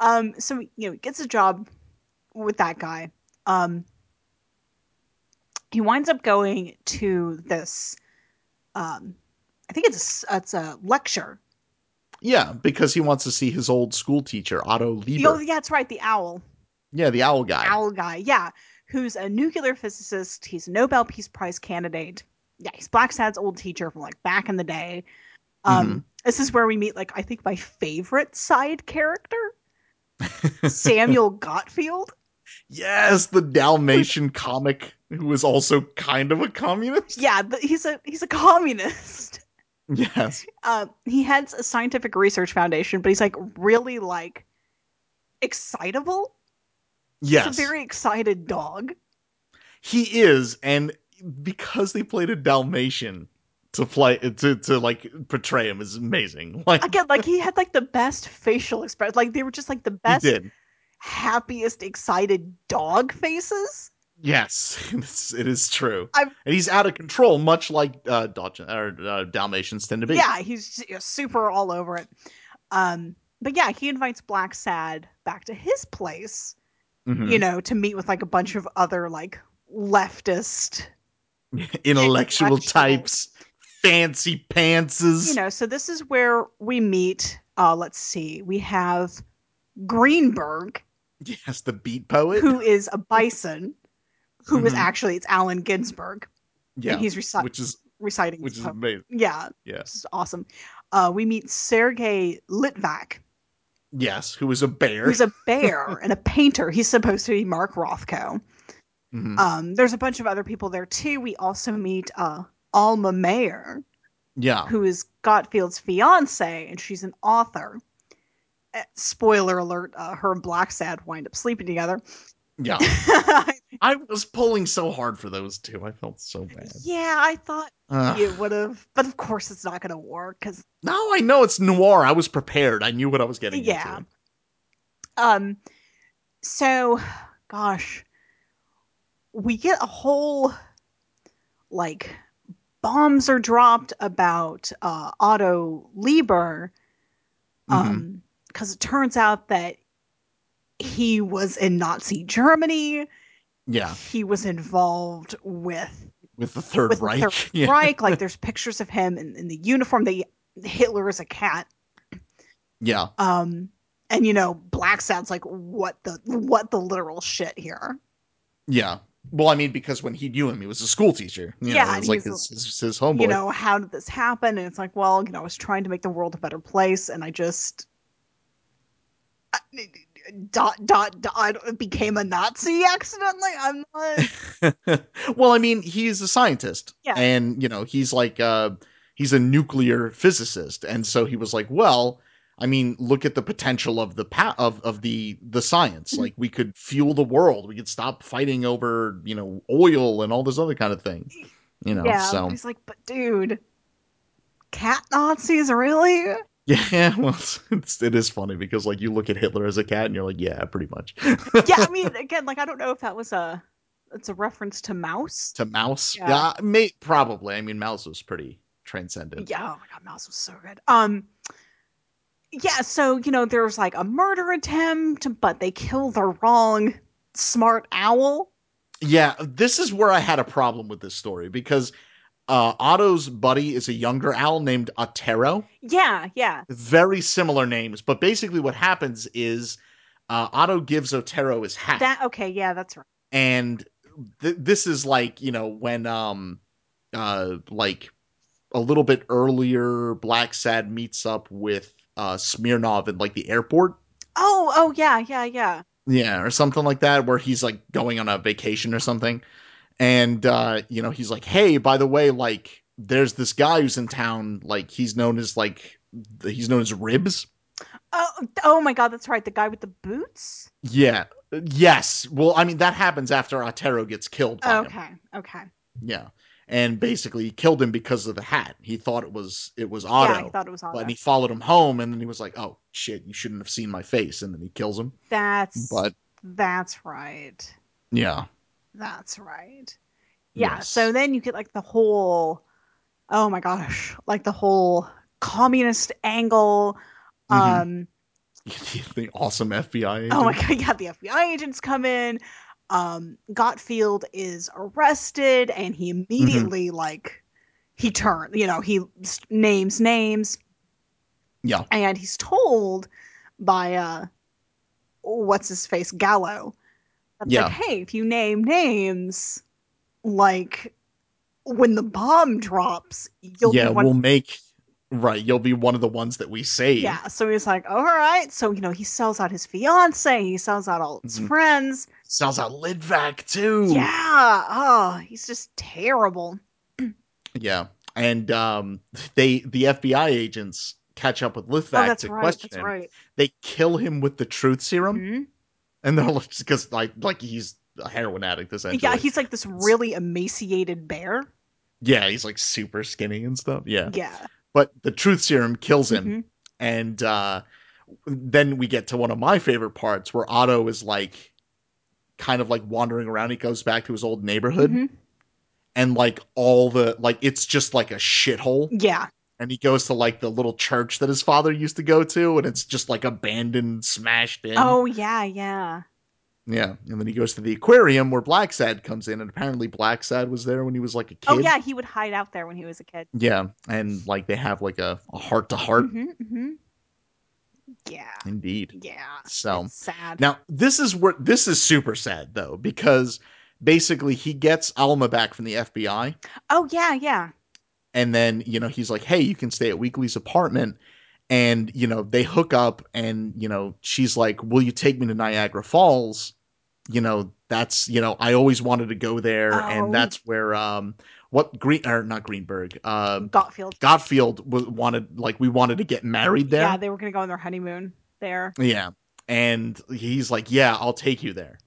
Um, so you know, he gets a job with that guy. Um, he winds up going to this. Um, I think it's a, s- it's a lecture. Yeah, because he wants to see his old school teacher, Otto Lieber. Oh, yeah, that's right. The owl. yeah, the owl guy. owl guy, yeah, who's a nuclear physicist. He's a Nobel Peace Prize candidate. Yeah, he's Black Sad's old teacher from like back in the day. Um, This is where we meet like I think my favorite side character, Samuel Gottfield. Yes, the Dalmatian comic who was also kind of a communist. Yeah, but he's a he's a communist. Yes. Uh, he heads a scientific research foundation, but he's like really like excitable. Yes. He's a very excited dog. he is and because they played a dalmatian to play to to like portray him is amazing like Again, like he had like the best facial expression. Like they were just like the he best did happiest, excited dog faces. yes it's, it is true I'm- and he's out of control much like uh, Dodge, or, uh dalmatians tend to be Yeah, he's j- super all over it. Um, but yeah, he invites Black Sad back to his place, Mhm. you know, to meet with like a bunch of other like leftist, intellectual intellectual. types fancy pantses you know. So this is where we meet. Uh, let's see, we have Greenberg, yes the beat poet who is a bison, who is Mhm. actually it's Allen Ginsberg, yeah and he's reci- which is reciting. which his is poem. amazing yeah, yeah this is awesome. Uh, we meet Sergei Litvak, yes who is a bear who's a bear and a painter. He's supposed to be Mark Rothko. Mhm. Um, there's a bunch of other people there too. We also meet uh, Alma Mayer, yeah who is Gottfield's fiance, and she's an author. Eh, Spoiler alert: uh, her and Black Sad wind up sleeping together. yeah i was pulling so hard for those two i felt so bad yeah, I thought Ugh. it would have, but of course it's not going to work because No, I know it's noir. I was prepared. I knew what I was getting Yeah. into. Um, so, gosh, we get a whole like bombs are dropped about Mm-hmm. uh, um, Otto Lieber, um, because it turns out that he was in Nazi Germany. Yeah, He was involved with with the Third with the Reich. Third yeah. Reich. Like there's pictures of him in, in the uniform. They Hitler is a cat. yeah, Um, and you know, Black Sad's like what the what the literal shit here. yeah. Well, I mean, because when he knew him, he was a school teacher. You Yeah, know, it and was like he his, was his, his homeboy. You know, how did this happen? And it's like, well, you know, I was trying to make the world a better place, and I just I- dot dot dot became a Nazi accidentally. I'm not. well, I mean, he's a scientist. Yeah. And, you know, he's like uh he's a nuclear physicist. And so he was like, well, I mean, look at the potential of the pa- of of the the science. Mm-hmm. Like we could fuel the world. We could stop fighting over, you know, oil and all this other kind of thing. You know, yeah, so but he's like, but dude, cat Nazis really? yeah, well, it's, it is funny because like you look at Hitler as a cat and you're like, yeah, pretty much. yeah, I mean, again, like I don't know if that was a it's a reference to Mouse. to Mouse, Yeah. yeah, may, probably. I mean, Mouse was pretty transcendent. Yeah, oh my god, Mouse was so good. Um yeah, so you know, there's like a murder attempt, but they kill the wrong smart owl. Yeah, this is where I had a problem with this story because uh, Otto's buddy is a younger owl named Otero. Yeah, yeah. Very similar names, but basically what happens is uh, Otto gives Otero his hat, That okay, yeah, that's right. and th- this is like you know when um uh like a little bit earlier Black Sad meets up with uh Smirnov in like the airport. Oh, oh yeah, yeah, yeah. Yeah, or something like that, where he's like going on a vacation or something. And uh, you know, he's like, Hey, by the way, like there's this guy who's in town, like he's known as like th- he's known as Ribs. Oh, oh my god, that's right. The guy with the boots? Yeah. Yes. Well, I mean that happens after Otero gets killed by him. Okay, okay. Yeah. And basically he killed him because of the hat. He thought it was it was Otto. Yeah, I thought it was but- Otto. And he followed him home and then he was like, Oh shit, you shouldn't have seen my face and then he kills him. That's But that's right. yeah. That's right. Yeah. Yes. So then you get like the whole, oh my gosh, like the whole communist angle. Mhm. Um. the awesome FBI agent. Oh my god. Yeah. The FBI agents come in. Um. Gottfield is arrested, and he Mm-hmm. immediately like he turns. You know, he s- names names, Yeah. and he's told by uh, what's his face Gallo. That's Yeah. like, hey, if you name names, like when the bomb drops, you'll yeah, be one. we'll make right. You'll be one of the ones that we save. yeah. So he's like, all right. So you know, he sells out his fiance. He sells out all his Mhm. friends. Sounds like Lidvac too. Yeah. Oh, he's just terrible. Oh, Yeah. And um, they the FBI agents catch up with Lidvac oh, that's to right. question That's him. right. They kill him with the truth serum, Mhm. and they're like, because like like he's a heroin addict essentially. Yeah, he's like this really emaciated bear. yeah, he's like super skinny and stuff. Yeah. Yeah. But the truth serum kills him, Mhm. and uh, then we get to one of my favorite parts where Otto is like, kind of like wandering around. He goes back to his old neighborhood. Mhm. and like all the like it's just like a shithole Yeah. and he goes to like the little church that his father used to go to and it's just like abandoned smashed in Oh, yeah. Yeah. yeah and then he goes to the aquarium where black sad comes in and apparently black sad was there when he was like a kid Oh, yeah. He would hide out there when he was a kid. yeah and like they have like a heart to heart hmm hmm Yeah. indeed Yeah. so It's sad. Um, now this is where this is super sad though because basically he gets alma back from the fbi oh yeah, yeah. and then you know he's like hey you can stay at weekly's apartment and you know they hook up and you know she's like will you take me to niagara falls you know that's you know i always wanted to go there Oh. and that's where um what green or not greenberg um Gottfield. godfield was wanted like we wanted to get married there Yeah, they were gonna go on their honeymoon there. yeah. And he's like, "Yeah, I'll take you there."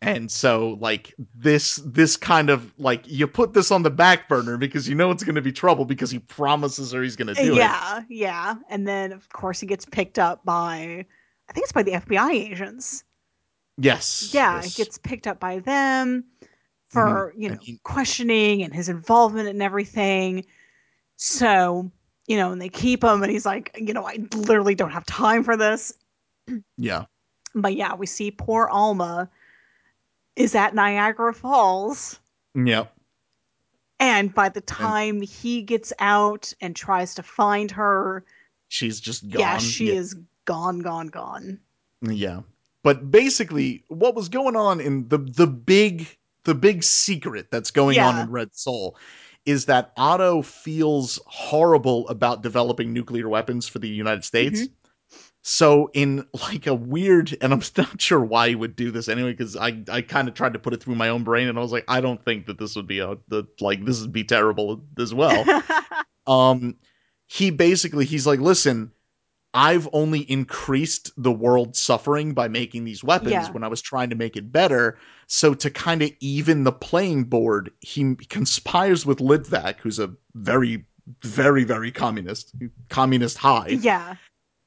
And so like this this kind of like you put this on the back burner because you know it's going to be trouble because he promises her he's going to do it. yeah, yeah. And then of course he gets picked up by I think it's by the FBI agents. Yes. Yeah, yes. Mm-hmm. he gets picked up by them for, you know, And he- questioning and his involvement and everything. So, you know, and they keep him and he's like, you know, I literally don't have time for this. yeah. But yeah, we see poor Alma is at Niagara Falls. Yep. And by the time he gets out and tries to find her, She's just gone. yeah, she yeah. is gone, gone, gone. Yeah. But basically what was going on in the the big the big secret that's going on Yeah. in Red Soul is that Otto feels horrible about developing nuclear weapons for the United States. So in like a weird and I'm not sure why he would do this anyway cuz I I kind of tried to put it through my own brain and I was like I don't think that this would be a the, like this would be terrible as well um he basically he's like listen i've only increased the world's suffering by making these weapons Yeah. when i was trying to make it better so to kind of even the playing board he conspires with litvak who's a very very very communist communist high yeah.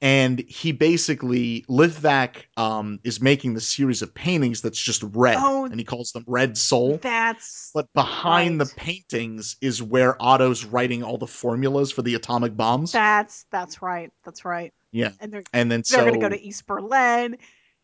and he basically litvak um is making this series of paintings that's just red Oh. and he calls them red soul That's but behind Right. the paintings is where Otto's writing all the formulas for the atomic bombs. that's that's right. That's right. Yeah. And they're and then they're so gonna go to East Berlin.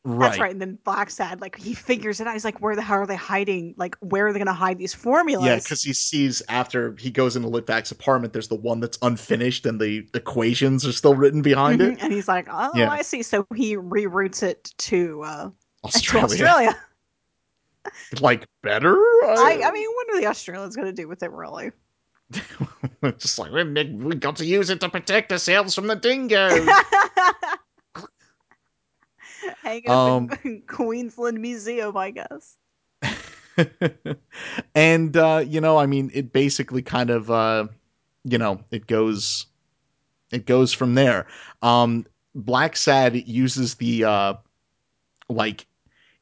right, That's right. And then Black Sad, like he figures it out. He's like, where the hell are they hiding? Like, where are they gonna hide these formulas? Yeah, because he sees after he goes into Litvak's apartment, there's the one that's unfinished and the equations are still written behind Mhm. it. And he's like, oh, Yeah. I see. So he reroutes it to uh, to Australia. Australia. Like better? I, I mean, what are the Australians going to do with it, really? just like we, make- we got to use it to protect ourselves from the dingoes. Hang Um, up in Queensland Museum, I guess. and uh, you know, I mean, it basically kind of uh, you know, it goes it goes from there. Um Black Sad uses the uh like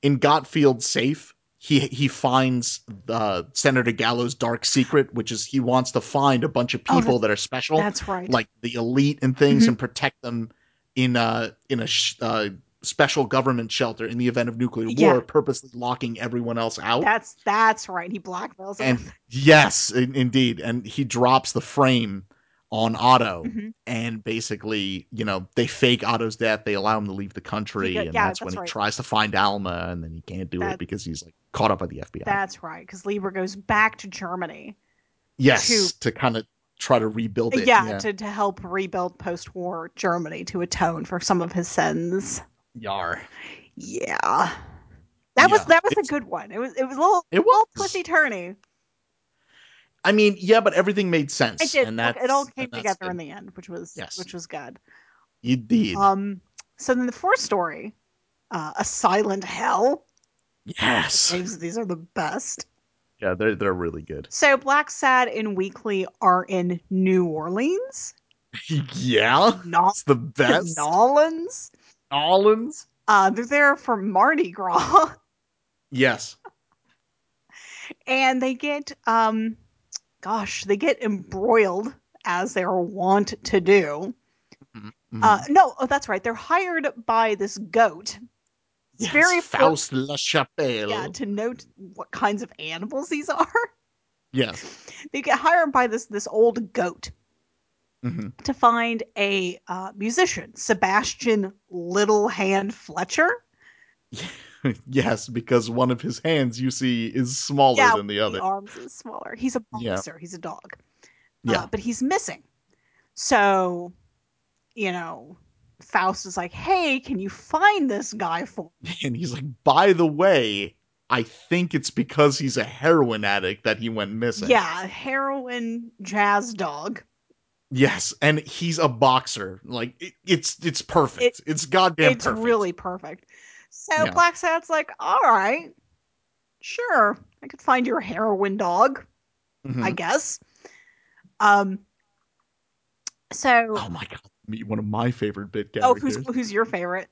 in Gottfield safe, he he finds the Senator Gallo's dark secret, which is he wants to find a bunch of Oh, people that are special, That's right. like the elite and things Mhm. and protect them in uh in a sh- uh, special government shelter in the event of nuclear Yeah. war, purposely locking everyone else out. that's that's right. He blackmails And him. yes, in- indeed. And he drops the frame on Otto. Mhm. And basically, you know, they fake Otto's death. They allow him to leave the country. He go- and yeah, that's, when that's he right. tries to find Alma. And then he can't do That- it because he's like caught up by the FBI. That's right. Because Libra goes back to Germany. yes. To kind of try to rebuild it. yeah, Yeah. To, to help rebuild post war Germany to atone for some of his sins. Yar. Yeah. That was Yeah, that was it's- a good one. It was it was a little It was. twisty turny. I mean, yeah, but everything made sense. It did. And Look, that's, it all came and that's good. together in the end, which was Yes. which was good. You did. Um, so then the fourth story, uh, a silent hell. yes. These, these are the best. Yeah, they're, they're really good. So Black Sad and Weekly are in New Orleans, yeah. not It's the best. Nolans. Allens. Uh, they're there for Mardi Gras, Yes. and they get um, gosh, they get embroiled as they are wont to do. Mhm. Uh, no, oh, that's right. They're hired by this goat. It's Yes, very for- Faust La Chapelle. yeah, to note what kinds of animals these are. Yes. They get hired by this this old goat Mhm. to find a uh, musician, Sebastian Little Hand Fletcher. yes, because one of his hands you see is smaller Yeah, than the other. arms is smaller. He's a Yeah. boxer. He's a dog. Uh, Yeah. but he's missing. So, you know, Faust is like, "Hey, can you find this guy for?" And he's like, by the way, I think it's because he's a heroin addict that he went missing. Yeah, heroin jazz dog. Yes, and he's a boxer. Like it, it's it's perfect. it's goddamn it's perfect. really perfect. So Yeah. Black Sat's like, all right, sure, I could find your heroin dog, Mhm. I guess. Um. So, Oh my god. Meet one of my favorite bit oh, characters. who's who's your favorite?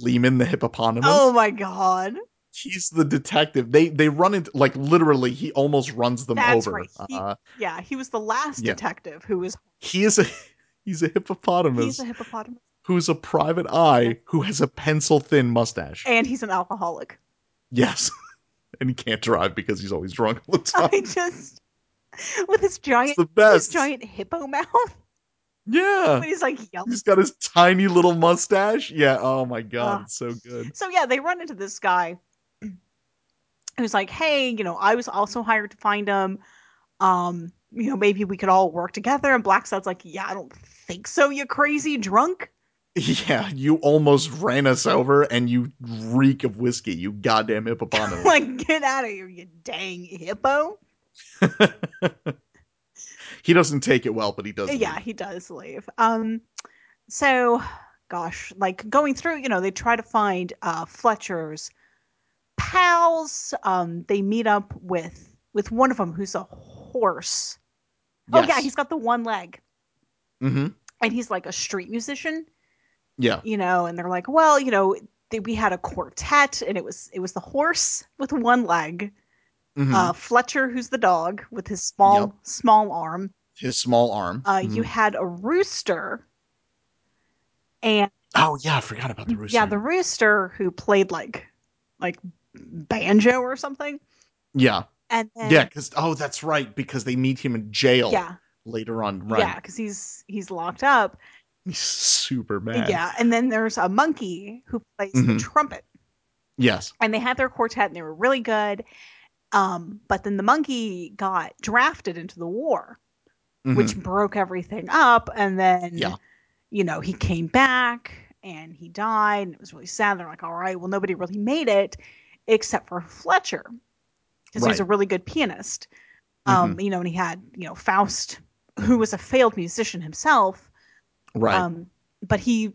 Lehman the hippopotamus. Oh my god, He's the detective. They they run into like literally he almost runs them That's over. right. He- Uh, yeah, he was the last Yeah. detective who was he is a he's a hippopotamus he's a hippopotamus who's a private eye who has a pencil thin mustache. and he's an alcoholic. yes. and he can't drive because he's always drunk all the time. I just with his giant Oh. It's the his best. Uh. giant hippo mouth. Yeah. When he's like yelling. He's got his tiny little mustache. Yeah. Oh my god, Ah. it's so good. So yeah, they run into this guy who's like, "Hey, you know, I was also hired to find him. Um, you know, maybe we could all work together." And Blackstone's like, "Yeah, I don't think so. You crazy drunk." Yeah, you almost ran us over and you reek of whiskey, you goddamn hippopotamus. like, get out of here, you dang hippo. he doesn't take it well, but he does. Eh, yeah, leave. he does leave. Um, so, gosh, like going through, you know, they try to find uh, Fletcher's pals. Um, they meet up with with one of them who's a horse. Oh yeah, Yes. he's got the one leg, Mhm. and he's like a street musician, Yeah. you know. And they're like, well, you know, th- we had a quartet, and it was it was the horse with one leg, Mhm. uh, Fletcher, who's the dog with his small Yep. small arm, His small arm. uh, you Mhm. had a rooster and Oh yeah, I forgot about the rooster. yeah the rooster who played like like banjo or something yeah. and then Yeah, because oh, that's right, because they meet him in jail yeah later on, right? yeah because he's he's locked up He's super mad. yeah and then there's a monkey who plays the Mhm. trumpet Yes. and they had their quartet and they were really good um but then the monkey got drafted into the war Mhm. which broke everything up and then Yeah. you know he came back and he died and it was really sad they're like all right well nobody really made it except for fletcher because he was Right. Mm-hmm. a really good pianist um you know and he had you know faust who was a failed musician himself right. um but he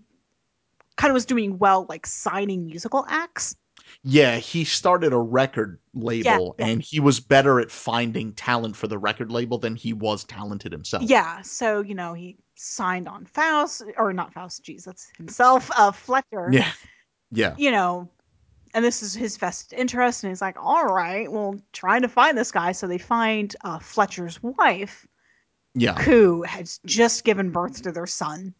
kind of was doing well like signing musical acts yeah, he started a record label, yeah. and he was better at finding talent for the record label than he was talented himself. yeah so you know he signed on faust or not faust jesus himself uh fletcher Yeah. Yeah. you know, and this is his vested interest, and he's like, all right, well, trying to find this guy. So they find uh, Fletcher's wife, Yeah. who has just given birth to their son,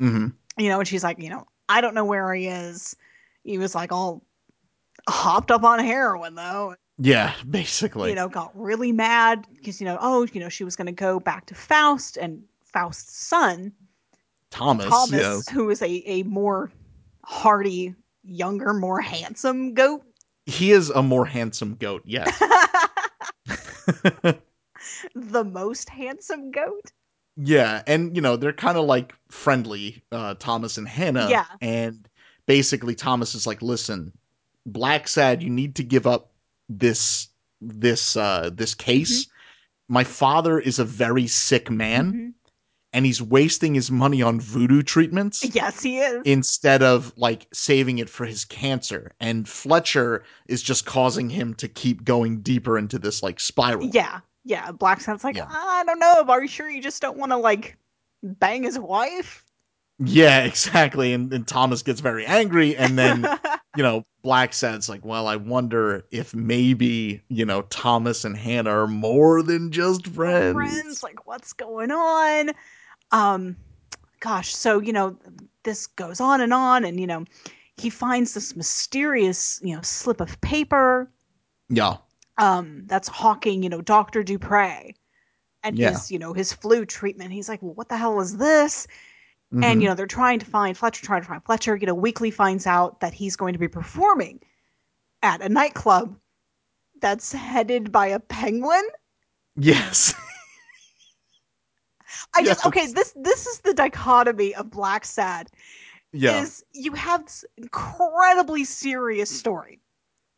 hmm you know, and she's like, you know, I don't know where he is. He was like all hopped up on heroin, though, Yeah. Basically. you know, got really mad because, you know, oh, you know, she was going to go back to Faust and Faust's son, Thomas. Thomas, Yeah. who is a, a more hardy, younger, more handsome goat. He is a more handsome goat. Yes. the most handsome goat. yeah, and you know they're kind of like friendly, uh, Thomas and Hannah. Yeah. And basically, Thomas is like, "Listen, Black Sad, you need to give up this this uh this case. My father is a very sick man." Mhm. and he's wasting his money on voodoo treatments Mm-hmm. Yes, he is. instead of like saving it for his cancer. And Fletcher is just causing him to keep going deeper into this like spiral. yeah, yeah. Black Sound's like, Yeah. I don't know. Are you sure you just don't want to like bang his wife? Yeah, exactly. And, and Thomas gets very angry. And then, you know, Black says, like, well, I wonder if maybe, you know, Thomas and Hannah are more than just friends. friends, like, what's going on? Um, gosh. So you know, this goes on and on, and you know, he finds this mysterious, you know, slip of paper. yeah. um, that's hawking, you know, Dr. Dupre and Yeah. his, you know, his flu treatment. He's like, well, what the hell is this? Mhm. And, you know, they're trying to find Fletcher, trying to find Fletcher. You know, Weekly finds out that he's going to be performing at a nightclub that's headed by a penguin. yes. I just, Yes. okay, this, this is the dichotomy of Black Sad yeah. is you have this incredibly serious story,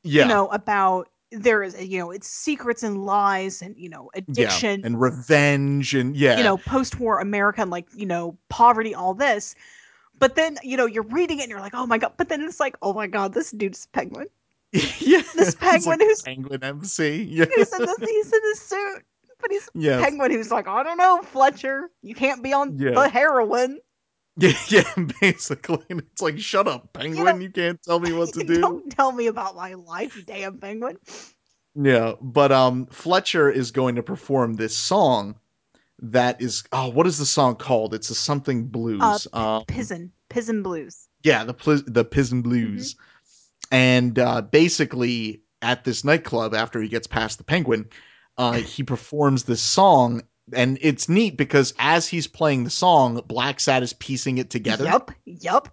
yeah. you know, about there is, you know, it's secrets and lies and, you know, yeah. addiction And revenge. And yeah. you know, post-war America and like, you know, poverty, all this. But then, you know, you're reading it and you're like, oh my god. But then it's like, oh my god, this dude's a penguin. yeah. This It's like penguin who's Penguin MC. Yeah. who's in this he's in this suit. But he's a Yes. penguin who's like, I don't know, Fletcher. You can't be on Yeah. the heroin. Yeah, yeah, basically. And it's like, shut up, penguin. You, can't tell me what to do. Don't tell me about my life, you damn penguin. Yeah. But um Fletcher is going to perform this song that is oh, what is the song called? It's a something blues. um, Pizen. Pizen blues. yeah, the plis the Pism Blues. And uh basically at this nightclub after he gets past the penguin, uh he performs this song and it's neat because as he's playing the song, Black Sat is piecing it together. Yep. Yep.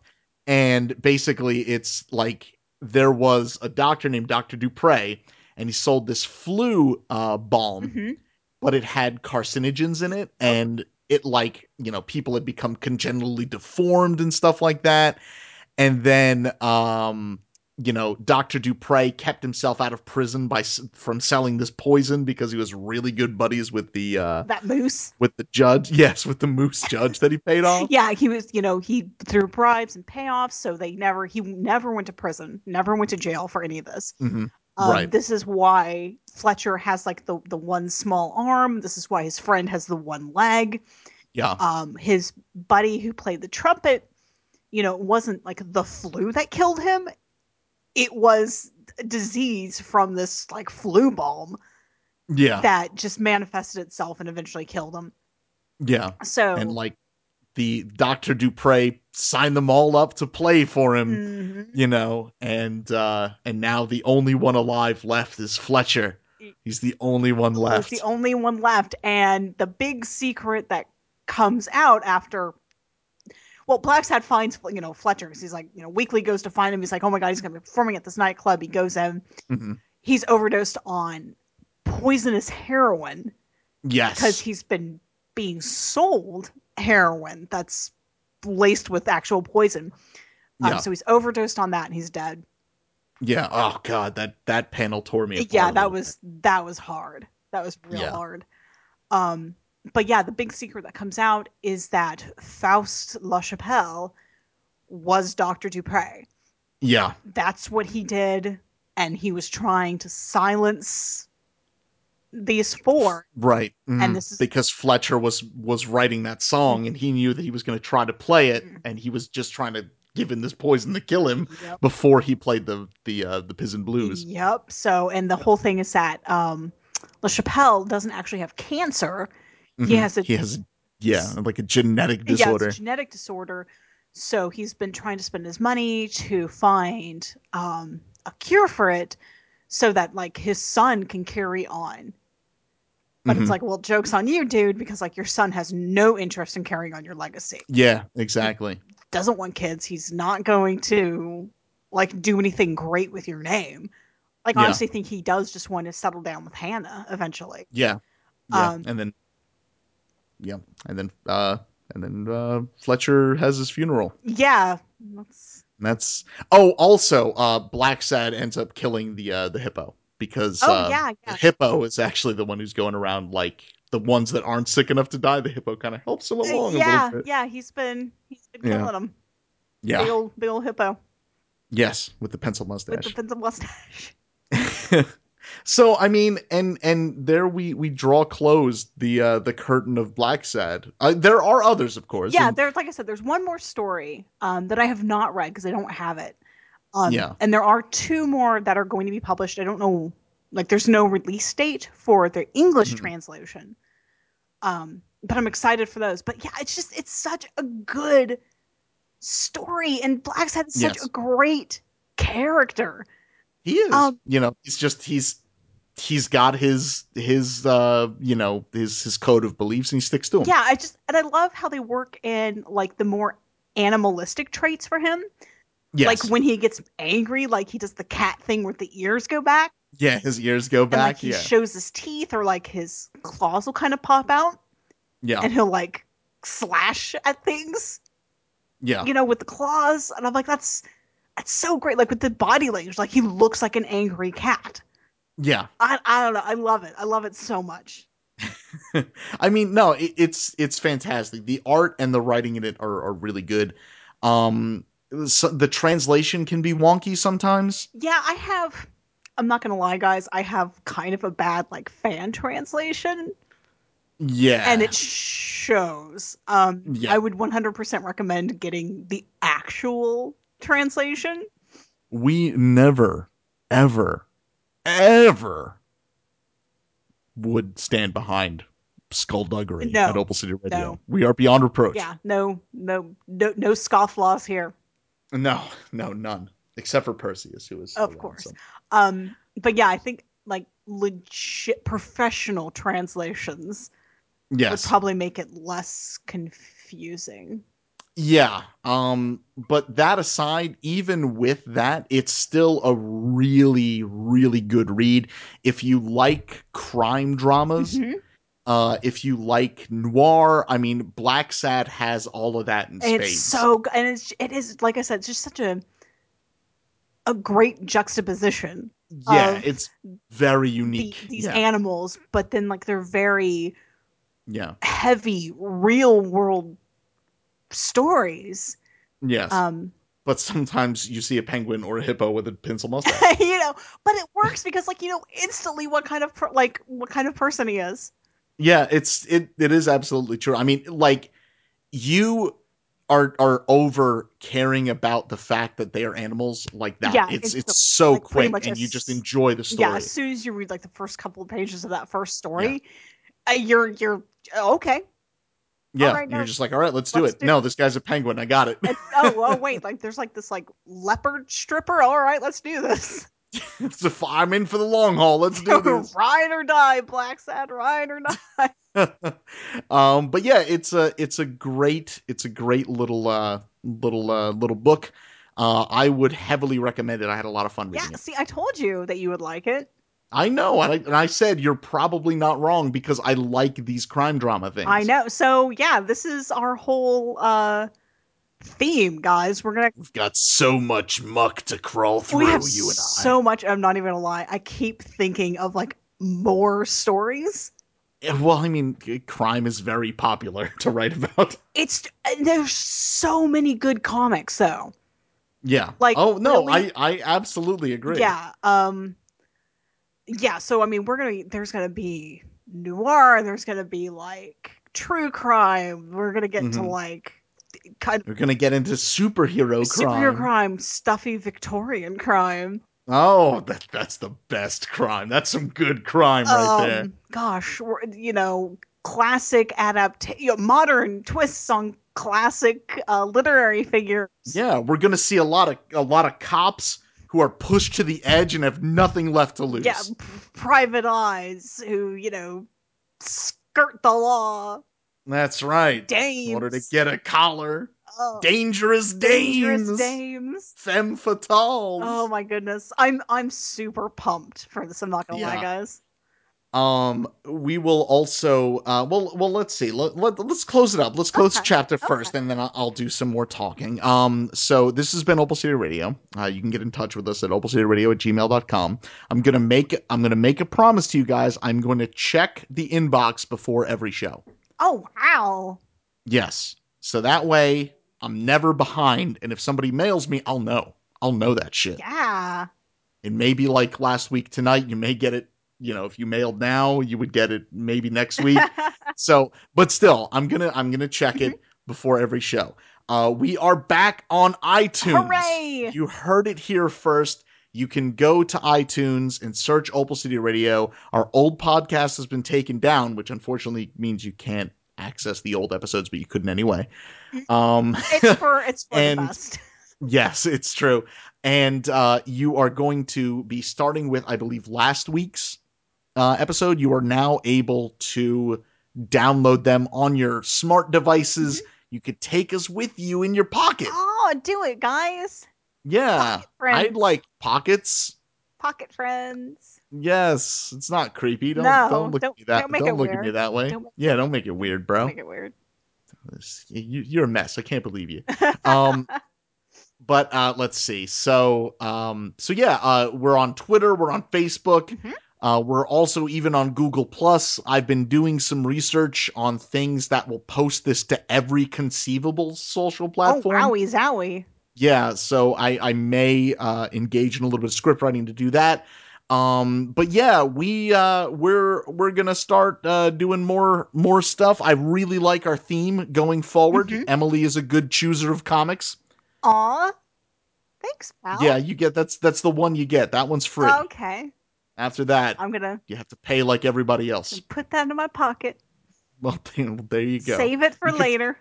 And basically, it's like there was a doctor named Dr. Dupre, and he sold this flu uh, balm, hmm but it had carcinogens in it. And it, like, you know, people had become congenitally deformed and stuff like that. And then, um, you know, Dr. Dupre kept himself out of prison by s- from selling this poison because he was really good buddies with the uh, That moose. with the judge. Yes, with the moose judge that he paid off. Yeah, he was, you know, he threw bribes and payoffs, so they never, he never went to prison, never went to jail for any of this. hmm Um, Right. This is why Fletcher has like the the one small arm. This is why his friend has the one leg. Yeah. Um, his buddy who played the trumpet, you know, it wasn't like the flu that killed him. It was a disease from this like flu balm Yeah. that just manifested itself and eventually killed him. yeah. So And like the Dr. Dupre signed them all up to play for him, mhm. you know, and uh and now the only one alive left is Fletcher. He's the only one was left. the only one left and the big secret that comes out after well black's had finds you know fletcher 'cause he's like you know weekly goes to find him he's like oh my god he's gonna be performing at this nightclub he goes in Mhm. he's overdosed on poisonous heroin because Yes. he's been being sold heroin that's laced with actual poison um, yeah. so he's overdosed on that and he's dead yeah. Oh god, that that panel tore me apart. yeah a that little was that was hard that was real Yeah. hard um but yeah the big secret that comes out is that faust lachapelle was dr dupre bit. Yeah. that's what he did and he was trying to silence these four Right. Mhm. this is- because Fletcher was was writing that song and he knew that he was going to try to play it Mm. and he was just trying to give him this poison to kill him yep. before he played the the uh, the Piz and Blues. yep so and the whole thing is that um lachapelle doesn't actually have cancer he Mhm. has a he has yeah, like a genetic Yeah, disorder. it's a genetic disorder. So he's been trying to spend his money to find um, a cure for it, so that like his son can carry on. But Mhm. it's like, well, jokes on you, dude, because like your son has no interest in carrying on your legacy. yeah, exactly. Doesn't want kids. He's not going to like do anything great with your name. Like Yeah. honestly, think he does just want to settle down with Hannah eventually. Yeah. Yeah, Um, and then yeah, and then uh and then uh Fletcher has his funeral. Yeah, that's And that's Oh, also uh Black Sad ends up killing the uh the hippo because Oh, uh yeah, the yeah. hippo is actually the one who's going around like the ones that aren't sick enough to die, the hippo kind of helps them Uh, along a yeah, little bit. yeah. He's been he's been Yeah. killing him. Yeah. Big old big old hippo Yes, with the pencil mustache. with the, with the mustache. so I mean, and and there we we draw closed the uh the curtain of Black Sad. Uh, there are others, of course. yeah, and- there's like I said, there's one more story um, that I have not read because I don't have it. Um, Yeah. and there are two more that are going to be published. I don't know, like there's no release date for the English Mhm. translation, um, but I'm excited for those. But yeah, it's just it's such a good story, and Black's had such Yes. a great character. he is. um, you know, he's just he's he's got his his uh you know his his code of beliefs and he sticks to him. Yeah, I just and I love how they work in like the more animalistic traits for him. Yes. Like when he gets angry, like he does the cat thing where the ears go back, yeah. His ears go and like back. he yeah. shows his teeth or like his claws will kind of pop out yeah. and he'll like slash at things, yeah. you know, with the claws. And I'm like, that's that's so great. Like with the body language, like he looks like an angry cat. Yeah. I I don't know. I love it. I love it so much. I mean, no, it, it's it's fantastic. The art and the writing in it are, are really good. Um, so the translation can be wonky sometimes. Yeah, I have I'm not gonna lie, guys, I have kind of a bad like fan translation. Yeah, and it shows. Um, Yeah. I would 100% recommend getting the actual translation. we never, ever, ever would stand behind skullduggery No. at Opal City Radio. No. We are beyond reproach. Yeah, no, no, no, no scofflaws here. No, no, none except for Perseus, who is Of around course. some- Um, but yeah, I think like legit professional translations Yes. would probably make it less confusing. Yeah. Um, but that aside, even with that, it's still a really, really good read. If you like crime dramas, Mhm. uh, if you like noir, I mean, Black Sat has all of that in And spades. it's so g- and it's it is like I said, it's just such a a great juxtaposition. yeah, of it's very The, unique. these yeah. animals, but then like they're very yeah. heavy real world stories. Yes. Um but sometimes you see a penguin or a hippo with a pencil mustache. you know, but it works because like you know instantly what kind of per- like what kind of person he is. Yeah, it's it it is absolutely true. I mean, like you are are over caring about the fact that they are animals like that. Yeah, it's it's it's the- so like, pretty quick much and a you just s- enjoy the story. Yeah, as soon as you read like the first couple of pages of that first story, uh, you're you're uh, okay. yeah, alright, you're no, just like, all right, let's do let's it. do no, it. this guy's a penguin. I got it. And, oh, oh wait, like there's like this like leopard stripper. All right, let's do this. it's a, I'm in for the long haul. Let's do this. ride or die, Black Sad, ride or die. um, but yeah, it's a it's a great it's a great little uh little uh little book. Uh, I would heavily recommend it. I had a lot of fun reading yeah, it. see, I told you that you would like it. I know, and I, and I said you're probably not wrong because I like these crime drama things. I know. So yeah, this is our whole uh theme, guys. We're gonna We've got so much muck to crawl through, we have you and so much. I'm not even gonna lie. I keep thinking of like more stories. I. Eh, Well, I mean, c- crime is very popular to write about. It's and there's so many good comics though. Yeah. Like, oh no, really- I I absolutely agree. Yeah. Um Yeah, so I mean we're gonna there's gonna be noir, there's gonna be like true crime, we're gonna get to Mhm. like kind of We're gonna get into superhero crime. superhero crime, stuffy Victorian crime. Oh, that that's the best crime. That's some good crime right there. um gosh, we're, you know, classic adaptation you know, modern twists on classic uh, literary figures. Yeah, we're gonna see a lot of a lot of cops who are pushed to the edge and have nothing left to lose. Yeah, p- private eyes who, you know, skirt the law. That's right. Dames. in order to get a collar. Oh, Dangerous dames. dangerous dames. Femme fatales. Oh my goodness. I'm I'm super pumped for this. I'm not gonna Yeah. lie, guys. um, we will also. Uh, well, well, let's see. Let, let, us close it up. Let's close Okay, chapter first, and then I'll, I'll do some more talking. Um, so this has been Opal City Radio. Uh, you can get in touch with us at opalcityradio at gmail.com. I'm gonna make. I'm gonna make a promise to you guys. I'm going to check the inbox before every show. Oh wow. Yes. So that way I'm never behind. And if somebody mails me, I'll know. I'll know that shit. Yeah. It may be like last week tonight. You may get it, you know, if you mailed now, you would get it maybe next week. so, but still, I'm going to I'm going to check it before every show. Uh we are back on iTunes. Hooray! You heard it here first. You can go to iTunes and search Opal City Radio. Our old podcast has been taken down, which unfortunately means you can't access the old episodes, but you couldn't anyway. Um it's for it's for And- the best. Yes, it's true. And uh, you are going to be starting with, I believe, last week's uh, episode. You are now able to download them on your smart devices. Mm-hmm. You could take us with you in your pocket. Oh, do it, guys. Yeah. Pocket friends. I'd like pockets. pocket friends. Yes, it's not creepy. Don't No, don't look don't- at me that. don't make it look at me weird. that way. Don't make- yeah, don't make it weird, bro. Make it weird. This- you, you're a mess. I can't believe you. Um, but uh, let's see. So, um, so yeah, uh, we're on Twitter. We're on Facebook. Mhm. Uh, we're also even on Google Plus. I've been doing some research on things that will post this to every conceivable social platform. Oh wowie zowie. Yeah, so I I may uh, engage in a little bit of script writing to do that. Um, but yeah, we uh, we're we're gonna start uh, doing more more stuff. I really like our theme going forward. Mhm. Emily is a good chooser of comics. Aw. Thanks, pal. Yeah, you get that's that's the one you get. That one's free. Oh. Okay. After that, I'm gonna you have to pay like everybody else. put that in my pocket. Well, there you go. Save it for You could- later.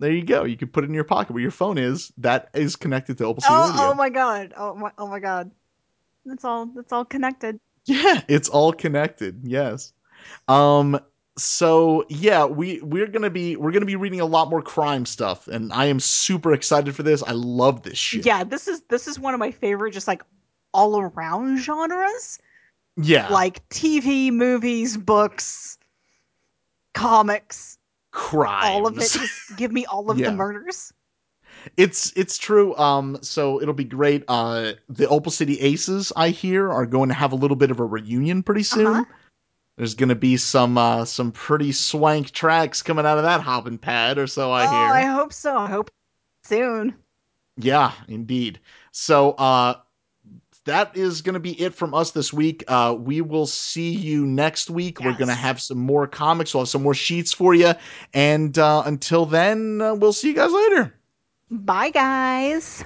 There you go. You can put it in your pocket where your phone is. That is connected to Opal City Oh, Radio. oh my god. Oh my oh my god. That's all that's all connected. Yeah, it's all connected. Yes. Um so yeah we we're gonna be we're gonna be reading a lot more crime stuff and i am super excited for this i love this shit Yeah, this is this is one of my favorite, just like all around genres, yeah like TV, movies, books, comics, crime all of it. Just give me all of Yeah. the murders. it's it's true um so it'll be great uh the opal city aces i hear are going to have a little bit of a reunion pretty soon Uh-huh. there's gonna be some uh some pretty swank tracks coming out of that hopping pad or so i oh, hear I hope so. I hope soon. Yeah, indeed. So uh that is going to be it from us this week. Uh we will see you next week. We're Yes. going to have some more comics, we'll have some more sheets for you. And uh until then, uh, we'll see you guys later. Bye, guys.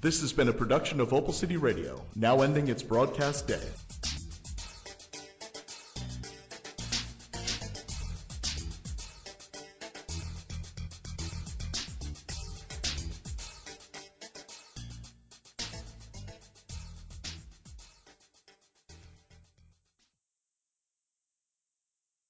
This has been a production of Opal City Radio, now ending its broadcast day.